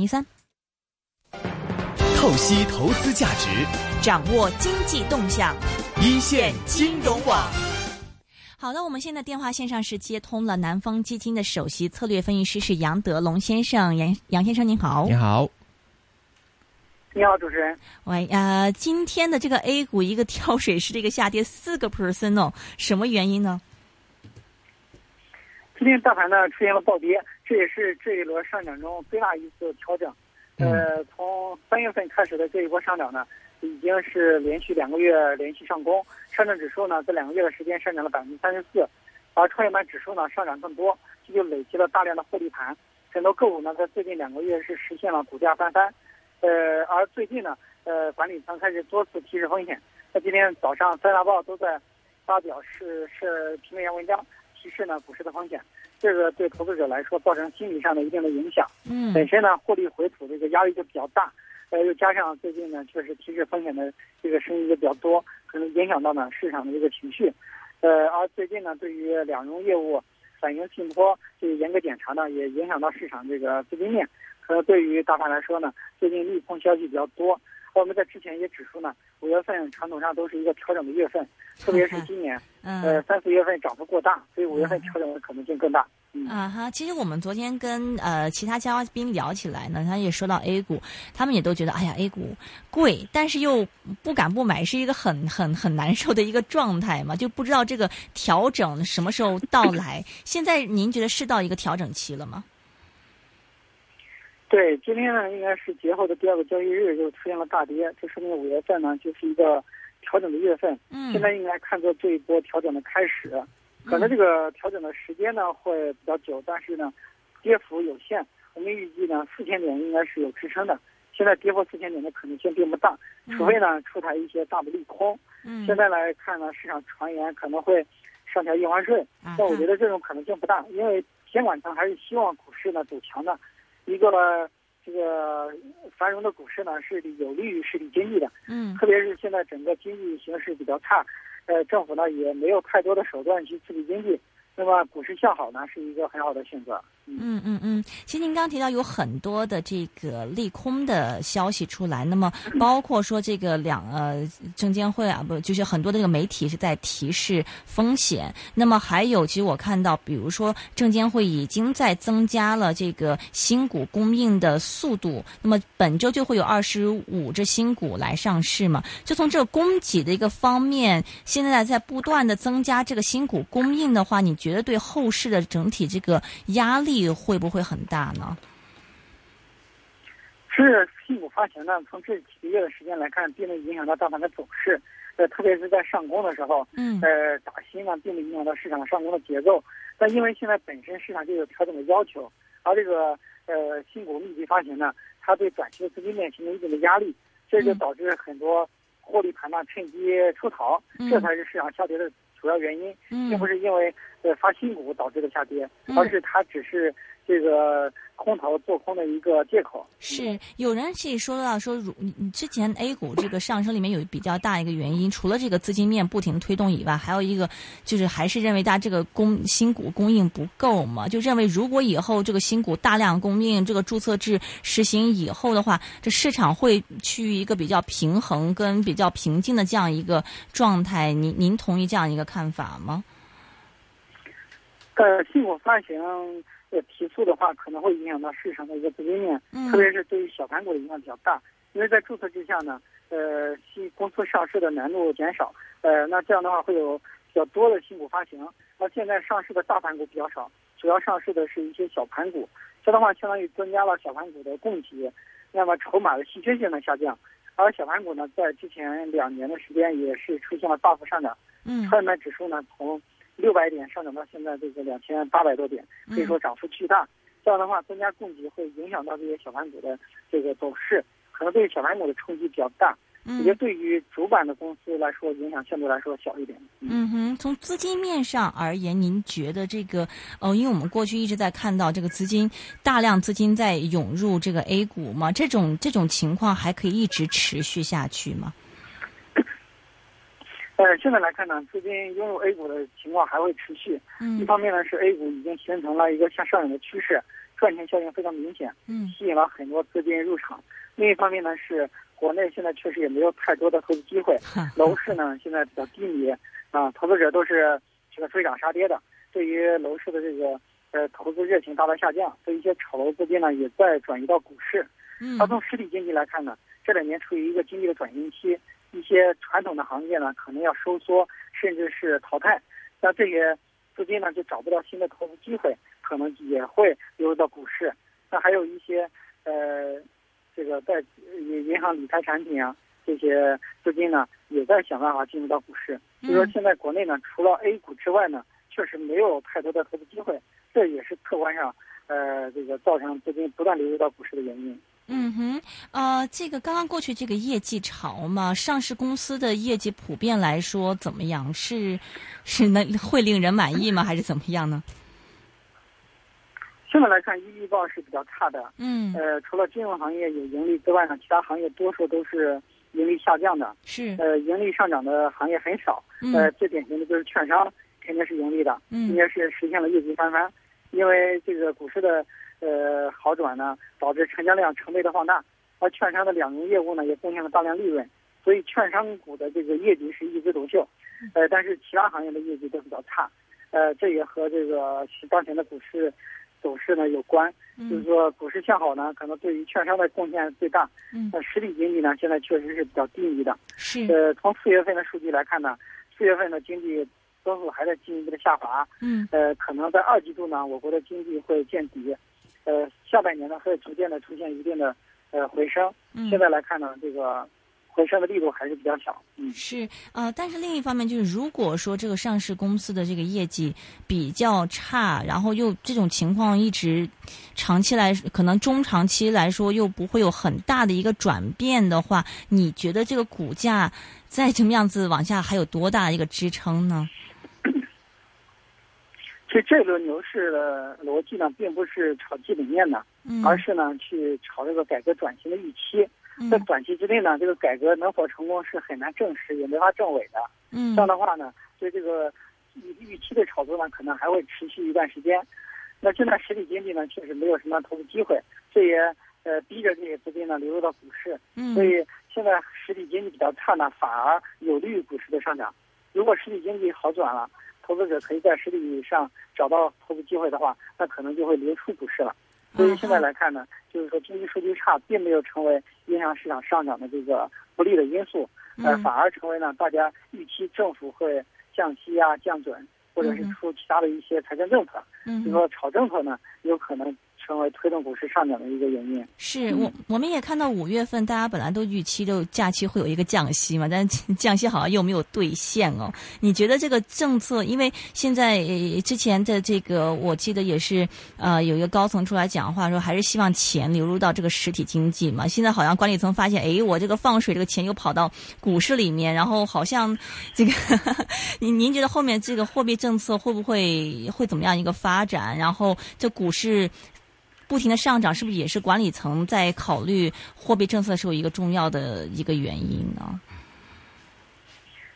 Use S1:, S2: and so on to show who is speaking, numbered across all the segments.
S1: 一三，
S2: 透析投资价值，
S3: 掌握经济动向，
S2: 一线金融网。
S1: 好的，我们现在电话线上是接通了南方基金的首席策略分析师是杨德龙先生，杨杨先生您好
S4: 你。好，
S5: 你好，主持人。
S1: 喂，呃，今天的这个 A 股一个跳水式的一个下跌四个 percent 哦，什么原因呢？
S5: 今天大盘呢出现了暴跌，这也是这一轮上涨中最大一次调整。呃，从三月份开始的这一波上涨呢，已经是连续两个月连续上攻，上证指数呢在两个月的时间上涨了百分之三十四，而创业板指数呢上涨更多，这就累积了大量的获利盘。很多个股呢在最近两个月是实现了股价翻番，呃，而最近呢，呃，管理层开始多次提示风险。那今天早上三大报都在发表是是评论员文章，提示呢股市的风险，这个对投资者来说造成心理上的一定的影响。
S1: 嗯
S5: 本身呢，获利回吐这个压力就比较大，呃，又加上最近呢，确实提示风险的这个声音也比较多，可能影响到呢市场的一个情绪。呃，而最近呢，对于两融业务反应信托这个严格检查呢，也影响到市场这个资金面。可能对于大盘来说呢，最近利空消息比较多。我们在之前也指出呢，五月份传统上都是一个调整的月份，特别是今年，呃，
S1: 嗯
S5: 三四月份涨幅过大，所以五月份调整的可能性更大。嗯。
S1: 啊哈，其实我们昨天跟呃其他嘉宾聊起来呢，他也说到 A 股，他们也都觉得哎呀 A 股贵，但是又不敢不买，是一个很 很很难受的一个状态嘛，就不知道这个调整什么时候到 来。现在您觉得是到一个调整期了吗？
S5: 对，今天呢应该是节后的第二个交易日就出现了大跌，这说明五月份呢就是一个调整的月份。
S1: 嗯
S5: 现在应该看作这一波调整的开始，可能这个调整的时间呢会比较久，但是呢跌幅有限。我们预计呢四千点应该是有支撑的，现在跌破四千点的可能性并不大，除非呢出台一些大的利空。
S1: 嗯
S5: 现在来看呢，市场传言可能会上调印花税，
S1: 啊
S5: 但我觉得这种可能性不大，因为监管层还是希望股市呢走强的。一个呢，这个繁荣的股市呢是有利于实体经济的，
S1: 嗯
S5: 特别是现在整个经济形势比较差，呃，政府呢也没有太多的手段去刺激经济，那么股市向好呢是一个很好的选择。
S1: 嗯嗯嗯，其实您刚刚提到有很多的这个利空的消息出来，那么包括说这个两呃证监会啊，不就是很多的这个媒体是在提示风险。那么还有，其实我看到，比如说证监会已经在增加了这个新股供应的速度，那么本周就会有二十五只新股来上市嘛。就从这个供给的一个方面，现在在不断的增加这个新股供应的话，你觉得对后市的整体这个压力会不会很大呢？
S5: 是新股发行呢，从这几个月的时间来看，并没有影响到大盘的走势，呃，特别是在上攻的时候，
S1: 嗯
S5: 呃，打新呢，并不影响到市场上攻的节奏。但因为现在本身市场就有调整的要求，而这个呃新股密集发行呢，它对短期的资金面形成一定的压力，这就
S1: 嗯
S5: 导致很多获利盘呢趁机出逃，
S1: 嗯
S5: 这才是市场下跌的主要原因，并
S1: 嗯
S5: 不是因为呃发新股导致的下跌，
S1: 嗯
S5: 而是它只是这个空头做空的一个借口。
S1: 是有人是说到说，如你你之前 A 股这个上升里面有比较大一个原因，除了这个资金面不停推动以外，还有一个就是还是认为大家这个供新股供应不够嘛，就认为如果以后这个新股大量供应，这个注册制实行以后的话，这市场会趋于一个比较平衡跟比较平静的这样一个状态。您您同意这样一个看法吗？
S5: 呃，新股发行呃提速的话，可能会影响到市场的一个资金面，
S1: 嗯
S5: 特别是对于小盘股的影响比较大。因为在注册制下呢，呃，新公司上市的难度减少，呃，那这样的话会有比较多的新股发行。那现在上市的大盘股比较少，主要上市的是一些小盘股，这样的话相当于增加了小盘股的供给，那么筹码的稀缺性呢下降。而小盘股呢，在之前两年的时间也是出现了大幅上涨，
S1: 嗯
S5: 创业板指数呢从六百点上涨到现在这个两千八百多点，可
S1: 嗯
S5: 以说涨幅巨大。这样的话，增加供给会影响到这些小盘股的这个走势，可能对小盘股的冲击比较大。
S1: 嗯
S5: 也就对于主板的公司来说，影响相对来说小一点。
S1: 嗯哼，从资金面上而言，您觉得这个呃，因为我们过去一直在看到这个资金大量资金在涌入这个 A 股嘛，这种这种情况还可以一直持续下去吗？
S5: 呃，现在来看呢，资金涌入 A 股的情况还会持续。一
S1: 嗯
S5: 方面呢是 A 股已经形成了一个向上涨的趋势，赚钱效应非常明显，
S1: 嗯
S5: 吸引了很多资金入场。另一方面呢，是国内现在确实也没有太多的投资机会，
S1: 哈
S5: 楼市呢现在比较低迷啊，投资者都是这个追涨杀跌的，对于楼市的这个呃投资热情大大下降，对一些炒楼资金呢也在转移到股市。
S1: 嗯
S5: 而从实体经济来看呢，这两年处于一个经济的转型期，一些传统的行业呢可能要收缩，甚至是淘汰。那这些资金呢就找不到新的投资机会，可能也会流入到股市。那还有一些呃，这个在银银行理财产品啊，这些资金呢也在想办法进入到股市。所以说，现在国内呢，除了 A 股之外呢，确实没有太多的投资机会，这也是客观上呃这个造成资金不断流入到股市的原因。
S1: 嗯哼，呃，这个刚刚过去这个业绩潮嘛，上市公司的业绩普遍来说怎么样？是是能会令人满意吗？还是怎么样呢？
S5: 现在来看，一季报是比较差的。
S1: 嗯，
S5: 呃，除了金融行业有盈利之外呢，其他行业多数都是盈利下降的。
S1: 是，
S5: 呃，盈利上涨的行业很少。呃，
S1: 嗯
S5: 最典型的就是券商，肯定是盈利的，应
S1: 嗯
S5: 该是实现了业绩翻番。因为这个股市的呃好转呢，导致成交量成倍的放大，而券商的两融业务呢也贡献了大量利润，所以券商股的这个业绩是一枝独秀。
S1: 嗯
S5: 呃，但是其他行业的业绩都比较差，呃，这也和这个当前的股市走势呢有关。就是
S1: 嗯
S5: 说股市向好呢，可能对于券商的贡献最大。
S1: 嗯
S5: 那实体经济呢，现在确实是比较低迷的。
S1: 是，
S5: 呃，从四月份的数据来看呢，四月份的经济增速还在进一步的下滑。
S1: 嗯
S5: 呃，可能在二季度呢，我国的经济会见底。呃，下半年呢会逐渐的出现一定的呃回升。
S1: 嗯
S5: 现。在来看呢，这个回升的力度还是比较小。嗯。
S1: 是，呃，但是另一方面就是，如果说这个上市公司的这个业绩比较差，然后又这种情况一直长期来，可能中长期来说又不会有很大的一个转变的话，你觉得这个股价再这么样子往下还有多大一个支撑呢？
S5: 其实这轮牛市的逻辑呢，并不是炒基本面的，
S1: 嗯，
S5: 而是呢去炒这个改革转型的预期。
S1: 嗯
S5: 在短期之内呢，这个改革能否成功是很难证实，也没法证伪的。这
S1: 嗯
S5: 样的话呢，对这个预预期的炒作呢，可能还会持续一段时间。那现在实体经济呢，确实没有什么投资机会，这也呃逼着这些资金呢流入到股市。
S1: 嗯
S5: 所以现在实体经济比较差呢，反而有利于股市的上涨。如果实体经济好转了，投资者可以在实体上找到投资机会的话，那可能就会流出股市了。嗯所
S1: 嗯
S5: 以现在来看呢，就是说经济数据差并没有成为影响市场上涨的这个不利的因素，呃，
S1: 嗯
S5: 反而成为呢大家预期政府会降息啊、降准，或者是
S1: 嗯哼
S5: 出其他的一些财政政策。
S1: 嗯
S5: 就。说炒政策呢，有可能成为推动股市上涨的一个原因。
S1: 是
S5: 嗯
S1: 我我们也看到五月份大家本来都预期都假期会有一个降息嘛，但是 降息好像又没有兑现哦。你觉得这个政策，因为现在呃之前的这个我记得也是呃有一个高层出来讲话说，还是希望钱流入到这个实体经济嘛。现在好像管理层发现，哎，我这个放水这个钱又跑到股市里面，然后好像这个 您您觉得后面这个货币政策会不会会怎么样一个发展？然后这股市不停的上涨，是不是也是管理层在考虑货币政策的时候一个重要的一个原因呢？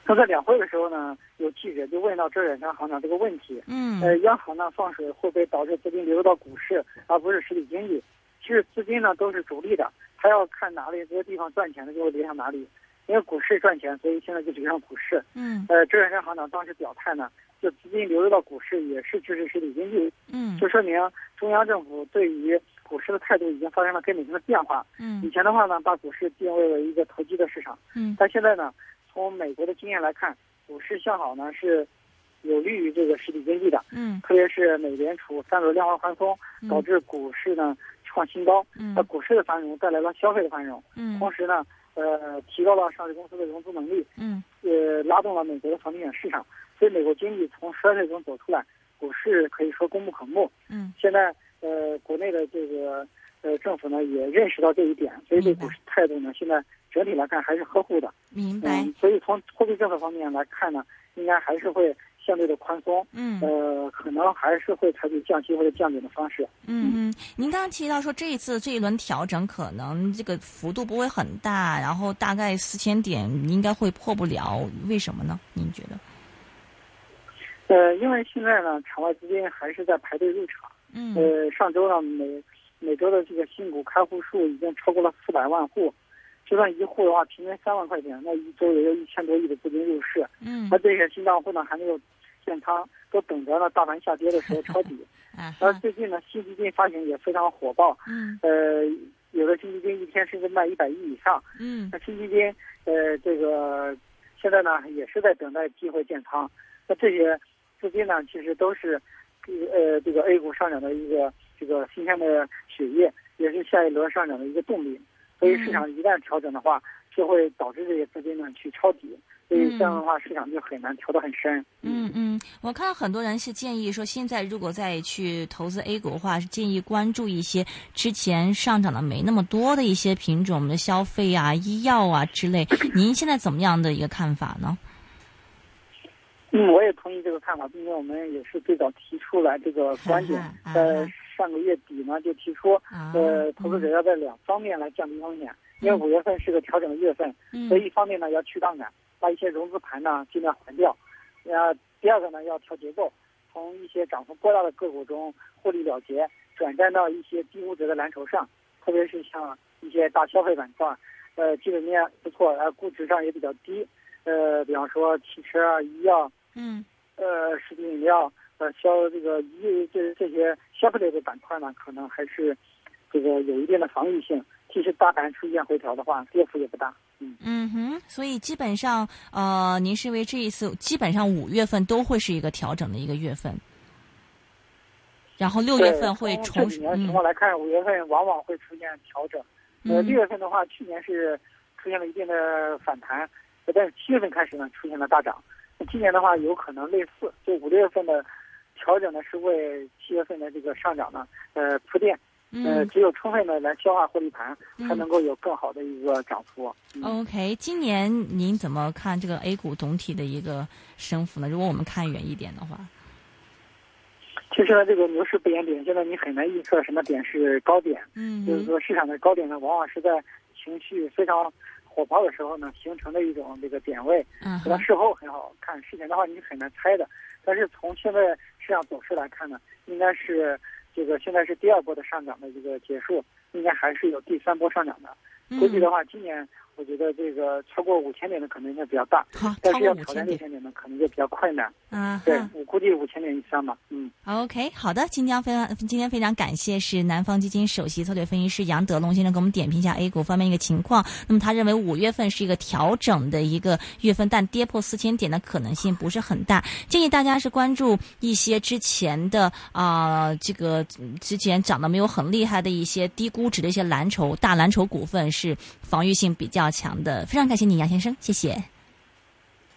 S5: 那在两会的时候呢，有记者就问到周远山行长这个问题，
S1: 嗯
S5: 呃，央行呢放水会不会导致资金流入到股市，而不是实体经济？其实资金呢都是逐利的，他要看哪里这个地方赚钱的就会流向哪里，因为股市赚钱，所以现在就流向股市。
S1: 嗯
S5: 呃，周远山行长当时表态呢，就资金流入到股市也是支持实体经济，
S1: 嗯
S5: 就说明中央政府对于股市的态度已经发生了根本性的变化。以
S1: 嗯
S5: 前的话呢，把股市定位为一个投机的市场。
S1: 嗯
S5: 但现在呢，从美国的经验来看，股市向好呢是有利于这个实体经济的，
S1: 嗯
S5: 特别是美联储三轮量化宽松，导致股市呢创新高，
S1: 嗯
S5: 那股市的繁荣带来了消费的繁荣，
S1: 嗯
S5: 同时呢，呃，提高了上市公司的融资能力，
S1: 嗯
S5: 呃，拉动了美国的房地产市场，所以美国经济从衰退中走出来，股市可以说功不可没。
S1: 嗯
S5: 现在呃，国内的这个呃政府呢也认识到这一点，所以对
S1: 明白
S5: 股市态度呢，现在整体来看还是呵护的。
S1: 明白
S5: 嗯，所以从货币政策方面来看呢，应该还是会相对的宽松，
S1: 嗯
S5: 呃，可能还是会采取降息或者降准的方式。
S1: 嗯嗯。您刚刚提到说这一次这一轮调整可能这个幅度不会很大，然后大概四千点应该会破不了，为什么呢？您觉得？
S5: 呃，因为现在呢，场外资金还是在排队入场，
S1: 嗯
S5: 呃，上周呢，每每周的这个新股开户数已经超过了四百万户，就算一户的话，平均三万块钱，那一周也有一千多亿的资金入市。
S1: 嗯
S5: 那这些新账户呢，还没有建仓，都等着呢大盘下跌的时候抄底。
S1: 啊
S5: 然
S1: 哈
S5: 后最近呢，新基金发行也非常火爆，
S1: 嗯
S5: 呃，有的新基金一天甚至卖一百亿以上。
S1: 嗯
S5: 那新基金，呃，这个现在呢也是在等待机会建仓。那这些资金呢，其实都是，呃，这个 A 股上涨的一个这个新鲜的血液，也是下一轮上涨的一个动力。所以市
S1: 嗯
S5: 场一旦调整的话，就会导致这些资金呢去抄底。所以这样的话，市场就很难调得很深。
S1: 嗯嗯，我看到很多人是建议说，现在如果再去投资 A 股的话，是建议关注一些之前上涨的没那么多的一些品种，我们的消费啊、医药啊之 类。您现在怎么样的一个看法呢？
S5: 嗯，我也同意这个看法，并且我们也是最早提出来这个观点
S1: 啊哈，啊
S5: 在
S1: 哈
S5: 上个月底呢就提出，
S1: 啊，
S5: 呃，投资者要在两方面来降低风险，因为五月份是个调整的月份，
S1: 嗯
S5: 所以一方面呢要去杠杆，把一些融资盘呢尽量还掉，呃，第二个呢要调结构，从一些涨幅过大的个股中获利了结，转战到一些低估值的蓝筹上，特别是像一些大消费板块，呃，基本面不错，然后估值上也比较低，呃，比方说汽车啊、医药、
S1: 嗯
S5: 呃，食品饮料，呃，消这个一这这些消费类的板块呢，可能还是这个有一定的防御性。即使大盘出现回调的话，跌幅也不大。嗯，
S1: 嗯哼，所以基本上，呃，您是为这一次基本上五月份都会是一个调整的一个月份，然后六月份会
S5: 对从
S1: 重
S5: 这
S1: 拾
S5: 几年情
S1: 嗯
S5: 况来看，五月份往往会出现调整。呃，六
S1: 嗯
S5: 月份的话，去年是出现了一定的反弹，呃但是七月份开始呢，出现了大涨。那今年的话，有可能类似，就五六月份的调整呢，是为七月份的这个上涨呢，呃，铺垫。呃，
S1: 嗯
S5: 只有充分的来消化获利盘，才
S1: 嗯
S5: 能够有更好的一个涨幅。嗯
S1: ，OK，今年您怎么看这个 A 股总体的一个升幅呢？如果我们看远一点的话，
S5: 其实呢，这个牛市不言点，现在你很难预测什么点是高点，
S1: 嗯
S5: 就是
S1: 哼
S5: 说市场的高点呢，往往是在情绪非常火爆的时候呢形成的一种这个点位，
S1: 嗯
S5: 可能
S1: 哼
S5: 事后很好看，事前的话你很难猜的。但是从现在市场走势来看呢，应该是这个现在是第二波的上涨的这个结束，应该还是有第三波上涨的。
S1: 嗯
S5: 估计的话，今年我觉得这个超过五千点的可能性比较大。
S1: 好，
S5: 但
S1: 超
S5: 是
S1: 过
S5: 要
S1: 五
S5: 挑
S1: 千
S5: 战六
S1: 点
S5: 千点呢，可能就比较困难。
S1: 啊
S5: 对
S1: 哈，
S5: 我估计五千点以上吧。嗯，
S1: ，OK，好的，今天非常今天非常感谢是南方基金首席策略分析师杨德龙先生给我们点评一下 A 股方面一个情况。那么他认为五月份是一个调整的一个月份，但跌破四千点的可能性不是很大，建议大家是关注一些之前的啊、这个嗯之前涨得没有很厉害的一些低估值的一些蓝筹大蓝筹股份是防御性比较强的。非常感谢你，杨先生，谢谢。